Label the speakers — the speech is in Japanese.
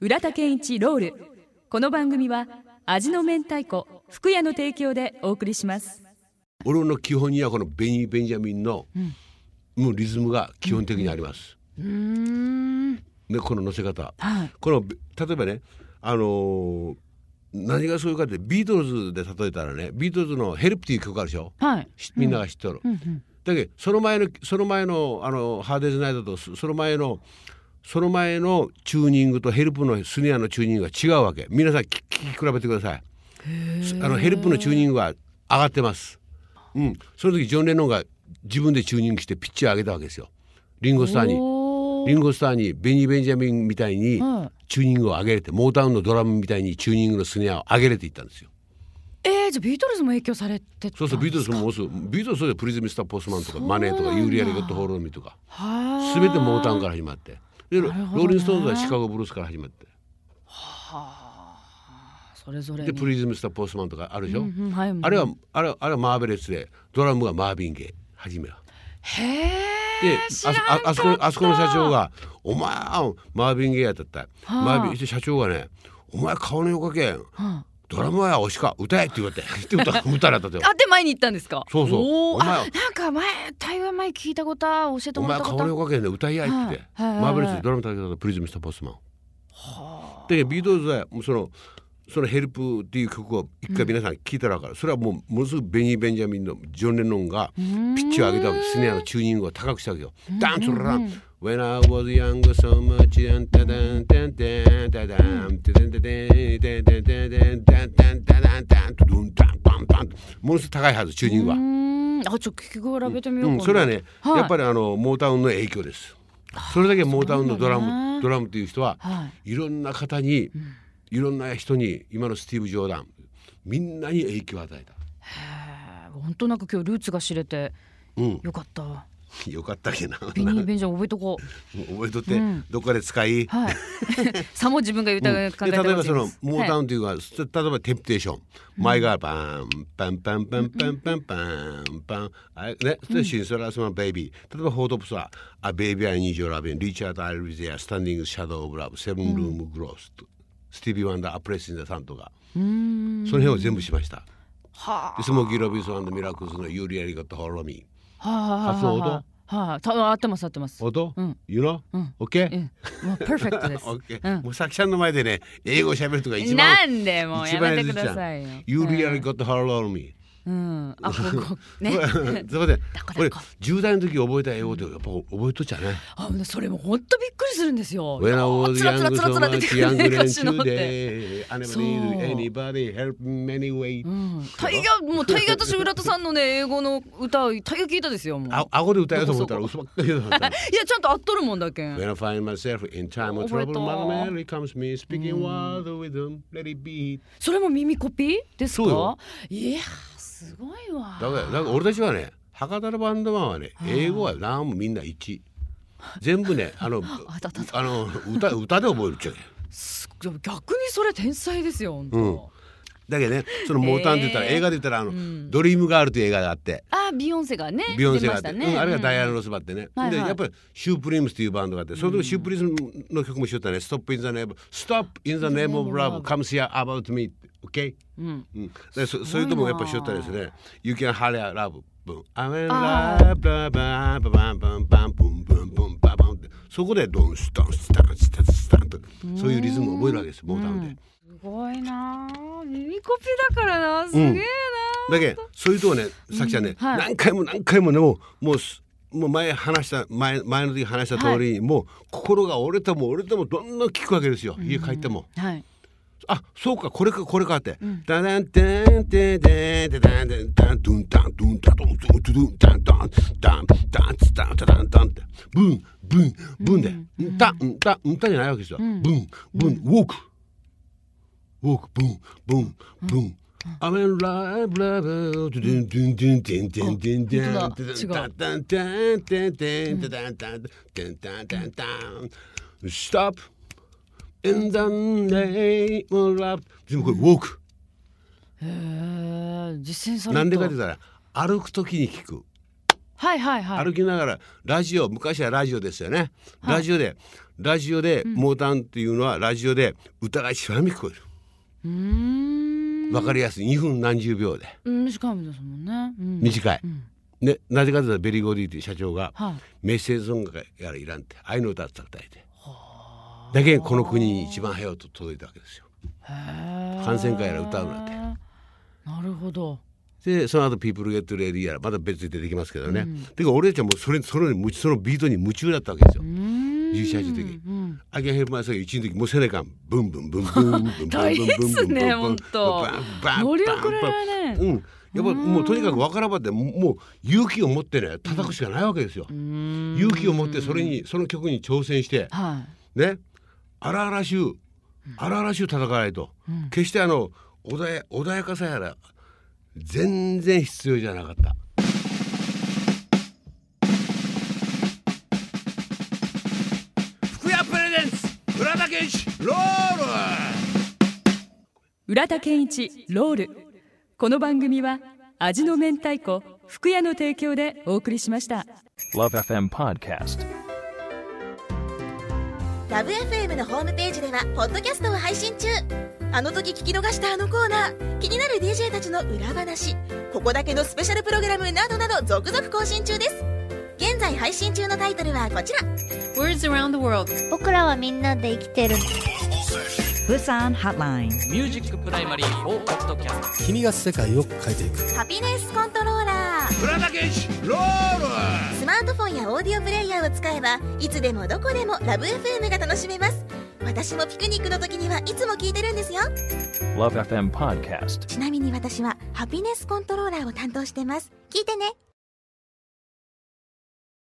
Speaker 1: 浦田健一ロールこの番組は味の明太子福屋の提供でお送りします
Speaker 2: 俺の基本にはこのベニー・ベンジャミンの、もうリズムが基本的にあります。でこの乗せ方、
Speaker 1: はい
Speaker 2: この例えばねあのー何がそういうかってビートルズで例えたらねビートルズの「ヘルプっていう曲あるでしょ、
Speaker 1: はい
Speaker 2: しみんなが知ってる、だけどその前のその前のあのハーデーズナイトとそその前のその前のチューニングとヘルプのスネアのチューニングが違うわけ皆さん聞き聞き比べてくださいあのヘルプのチューニングは上がってますうんその時ジョン・レノンが自分でチューニングしてピッチを上げたわけですよリンゴスターに
Speaker 1: おー
Speaker 2: リンゴスターにベニー・ベンジャミンみたいに
Speaker 1: はい
Speaker 2: チューニングを上げれてモータウンのドラムみたいにチューニングのスネアを上げれていったんですよ
Speaker 3: えー、じゃあビートルズも影響されてたんです
Speaker 2: そ
Speaker 3: か
Speaker 2: うそうビートルズももうすぐビートルズそうでプリズム・スター・ポスマンとかマネーと
Speaker 3: そう
Speaker 2: か
Speaker 3: なんだ
Speaker 2: ユーリア・レゴット・ホールミとか
Speaker 3: は
Speaker 2: 全てモータウンから始まってでロ
Speaker 3: なるほどね
Speaker 2: ーリン・ストーンズはシカゴ・ブルースから始まって
Speaker 3: あそれぞれ
Speaker 2: で
Speaker 3: に
Speaker 2: プリズム・スター・ポスマンとかあるでしょ、
Speaker 3: うんうんはい、
Speaker 2: あれはあれはあれはマーベレスでドラムがマービン・ゲイ初めは。
Speaker 3: へ
Speaker 2: で
Speaker 3: え
Speaker 2: あそああそこあそこの社長が「お前マービン・ゲイやったった、マービン」して社長がね「お前顔の横かけんドラムは推しか歌え」って言われて って歌歌られたってよ。
Speaker 3: あで前に行ったんですか
Speaker 2: そうそう
Speaker 3: おー
Speaker 2: お前は
Speaker 3: あなんか前台湾前聞いたことは教えて
Speaker 2: お
Speaker 3: もら
Speaker 2: 前
Speaker 3: ったこ
Speaker 2: 顔
Speaker 3: と
Speaker 2: の横かけんで歌い合いって言って、
Speaker 3: はいはいはい
Speaker 2: マーベレスでドラム叩きたプリズム・スター・ポスマン。でビートルズはもうそのその「ヘルプ」っていう曲を一回皆さん聞いたら分かる、それはもうものすごくベニー・ベンジャミンのジョン・レノンがピッチを上げたわけスネアのチューニングを高くしたわけよ。ダンツラン When I was young so much and da da da da da da da da da da da da da da da da da da ものすごく高いはずチューニング
Speaker 3: う
Speaker 2: は。
Speaker 3: ーんあちょっと聞き比べてみようか
Speaker 2: うん、
Speaker 3: な
Speaker 2: それはね、
Speaker 3: はい
Speaker 2: やっぱりあのモータウンの影響ですそれだけモータウンのドラ
Speaker 3: そうなんだ
Speaker 2: ム
Speaker 3: ね
Speaker 2: ドラムという人は、、
Speaker 3: はい
Speaker 2: ろんな方に、いろんな人に今のスティーブ・ジョーダンみんなに影響を与えた、
Speaker 3: へー本当なんか今日ルーツが知れて
Speaker 2: うん、
Speaker 3: よかった
Speaker 2: よかったっけな覚
Speaker 3: ビニー・ベンジャー覚えとこう
Speaker 2: えとって、どっかで使い、
Speaker 3: はい さも自分が言う
Speaker 2: う
Speaker 3: た
Speaker 2: んで
Speaker 3: 考えて
Speaker 2: 例えばそのモータウ
Speaker 3: ン
Speaker 2: ンというか、そ例えばテンプテーション、前がパンパンパンパンパンパンパンパンあれねそれシンソラスマンベイビー例えばホートプスはあベイビーアイニージョラビンリチャードアイルビゼアスタンディングシャドウオブラブセブンルームグロースとスティービーワンダーアプレスインダさんとかその辺を全部しました
Speaker 3: は
Speaker 2: でスモーキーロビンソンミラクルズのユーリアリゴットホロミ
Speaker 3: あはあ
Speaker 2: 発音音
Speaker 3: はあはあた合ってます合ってます
Speaker 2: 音
Speaker 3: うん、
Speaker 2: You know?
Speaker 3: ん
Speaker 2: OK?
Speaker 3: うんもうパーフェクトです
Speaker 2: OK もうさきちゃんの前でね英語喋るとか 一番
Speaker 3: なんでもう
Speaker 2: 一
Speaker 3: や
Speaker 2: 番
Speaker 3: めて
Speaker 2: ずいち
Speaker 3: く
Speaker 2: ゃ
Speaker 3: だ
Speaker 2: ん
Speaker 3: さいよ
Speaker 2: You really got the hard on me
Speaker 3: うんあこ こね
Speaker 2: そうすいません
Speaker 3: こだこ
Speaker 2: 俺10代の時覚えた英語ってやっぱ覚えとっちゃね
Speaker 3: あそれも本当びっくりするんですよ
Speaker 2: When I was
Speaker 3: つらつ
Speaker 2: young
Speaker 3: らつら
Speaker 2: so
Speaker 3: つら出
Speaker 2: much
Speaker 3: てくる
Speaker 2: young
Speaker 3: ね
Speaker 2: and
Speaker 3: 歌手のって
Speaker 2: today I never
Speaker 3: そう
Speaker 2: need anybody help me anyway
Speaker 3: 大河もう大河と浦田さんのね英語の歌を大河聞いたですよもう
Speaker 2: あ顎で歌えようと思ったら嘘ばっかりだった
Speaker 3: いやちゃんと合っとるもんだけん
Speaker 2: When I find myself in time of
Speaker 3: 覚え
Speaker 2: trouble
Speaker 3: た
Speaker 2: Mother Mary comes me speaking words of wisdom Let it be
Speaker 3: それも耳コピーです
Speaker 2: そうよ
Speaker 3: かいやすごいわ
Speaker 2: だからだから俺たちはね博多のバンドマンはね英語は何もみんな一全部ねあの
Speaker 3: あたたた
Speaker 2: あの歌歌で覚えるっちゃう
Speaker 3: す逆にそれ天才ですよ本当、
Speaker 2: うんだけどねそのモータウンって言ったら、
Speaker 3: えー
Speaker 2: 映画で言ったらあの、ドリームガール」という映画があって
Speaker 3: あビヨンセがね
Speaker 2: ビヨンセ
Speaker 3: 出
Speaker 2: が
Speaker 3: ま
Speaker 2: あっ、
Speaker 3: してたね、
Speaker 2: うんあるいはダイ
Speaker 3: ア
Speaker 2: アナ・ロスバってね、
Speaker 3: はいはい
Speaker 2: でやっぱりシュープリームスというバンドがあってそれでシュープリームの曲もしよったね「Stop in the name Stop in the name of love comes here about me」OK?
Speaker 3: うん
Speaker 2: うん、でそそういうともやっぱしよったですね「You can hurry up love」「I'm in
Speaker 3: あ
Speaker 2: love」「ババババンバンバンブンブンブンババン」ってそこで「ドンスタンスタンスタンスタン」とそういうリズムを覚えるわけですモータウンで。
Speaker 3: すごいなあ耳コピーだからなすげえなあ、
Speaker 2: だけどそういうとこねさきちゃんね、
Speaker 3: はい
Speaker 2: 何回も何回もねもうもうすもう前話した前前の時話した通りに、もう心が折れても折れてもどんどん聞くわけですよ家帰っても。
Speaker 3: はい
Speaker 2: あそうかこれかこれかって。ダダンテンテンテンテンテンテンダンドゥンダンドゥンダドゥンドゥンドゥンダンダンダンダンダンダンダンダンってブンブンブンでうんたうんたうんたじゃないわけですよ。ブンブンウォークウォークブンブンブン。アメンライブラブドゥンドゥンドゥンテンテンテンテン
Speaker 3: あ
Speaker 2: テン
Speaker 3: 本当だ違う
Speaker 2: テンテンテンテンテンテンテンテンテンテンストップ In the name of love 全部これウォーク、
Speaker 3: へえ実践された
Speaker 2: なんでかって言ったら歩くときに聞く
Speaker 3: はいはいはい。
Speaker 2: 歩きながらラジオ昔はラジオですよね、ラジオでラジオで、モータンっていうのはラジオで歌が一番聞こえ
Speaker 3: うーん。
Speaker 2: るわかりやすい2分何十秒で
Speaker 3: うん短いもんですもんね。うん
Speaker 2: 短い、
Speaker 3: うん
Speaker 2: ねなぜかというとベリー・ゴディっていう社長が、
Speaker 3: はい。
Speaker 2: メッセージソングやらいらんって愛の歌って歌えてだけこの国に一番早く届いたわけですよ
Speaker 3: 感
Speaker 2: 感染会やら歌うなんて
Speaker 3: なるほど。
Speaker 2: でその後ピープルゲットレディやらまた別に出てきますけどね、てか俺たちはもうそれそれに夢中そのビートに夢中だったわけですよ
Speaker 3: 自
Speaker 2: 社自的に
Speaker 3: うん
Speaker 2: アゲヘルマーさんが一時もうせねかんブンブンブンブンブンブンブンブンブンブン
Speaker 3: 大変っすねほんと
Speaker 2: バンバンバンバン
Speaker 3: 乗り遅れられない
Speaker 2: うんやっぱもうとにかくわからばってもう勇気を持ってね叩くしかないわけですよ
Speaker 3: うーん
Speaker 2: 勇気を持ってそれにその曲に挑戦して
Speaker 3: は
Speaker 2: ね荒々しゅう荒々しゅう戦わないと、決してあの穏や穏やかさやら全然必要じゃなかった福屋プレゼンツ浦田健一ロール
Speaker 1: 浦田健一ロールこの番組は味の明太子福屋の提供でお送りしました。
Speaker 4: Love FM Podcast.
Speaker 5: ラブ f m のホームページではポッドキャストを配信中あの時聞き逃したあのコーナー気になる DJ たちの裏話ここだけのスペシャルプログラムなどなど続々更新中です現在配信中のタイトルはこちら
Speaker 3: い。Words around the world。
Speaker 6: 僕らはみんなで生きてる
Speaker 7: Busan Hotline.
Speaker 8: ミュージックプライマリーフォーカットキャスト
Speaker 9: 君が世界を変えていく
Speaker 5: ハピネスコントローラー
Speaker 2: 浦田健一ロール
Speaker 5: スマートフォンやオーディオプレイヤーを使えばいつでもどこでもラブ f m が楽しめます私もピクニックの時にはいつも聞いてるんですよ
Speaker 4: Love FM Podcast.
Speaker 5: ちなみに私はハピネスコントローラーを担当してます聞いてね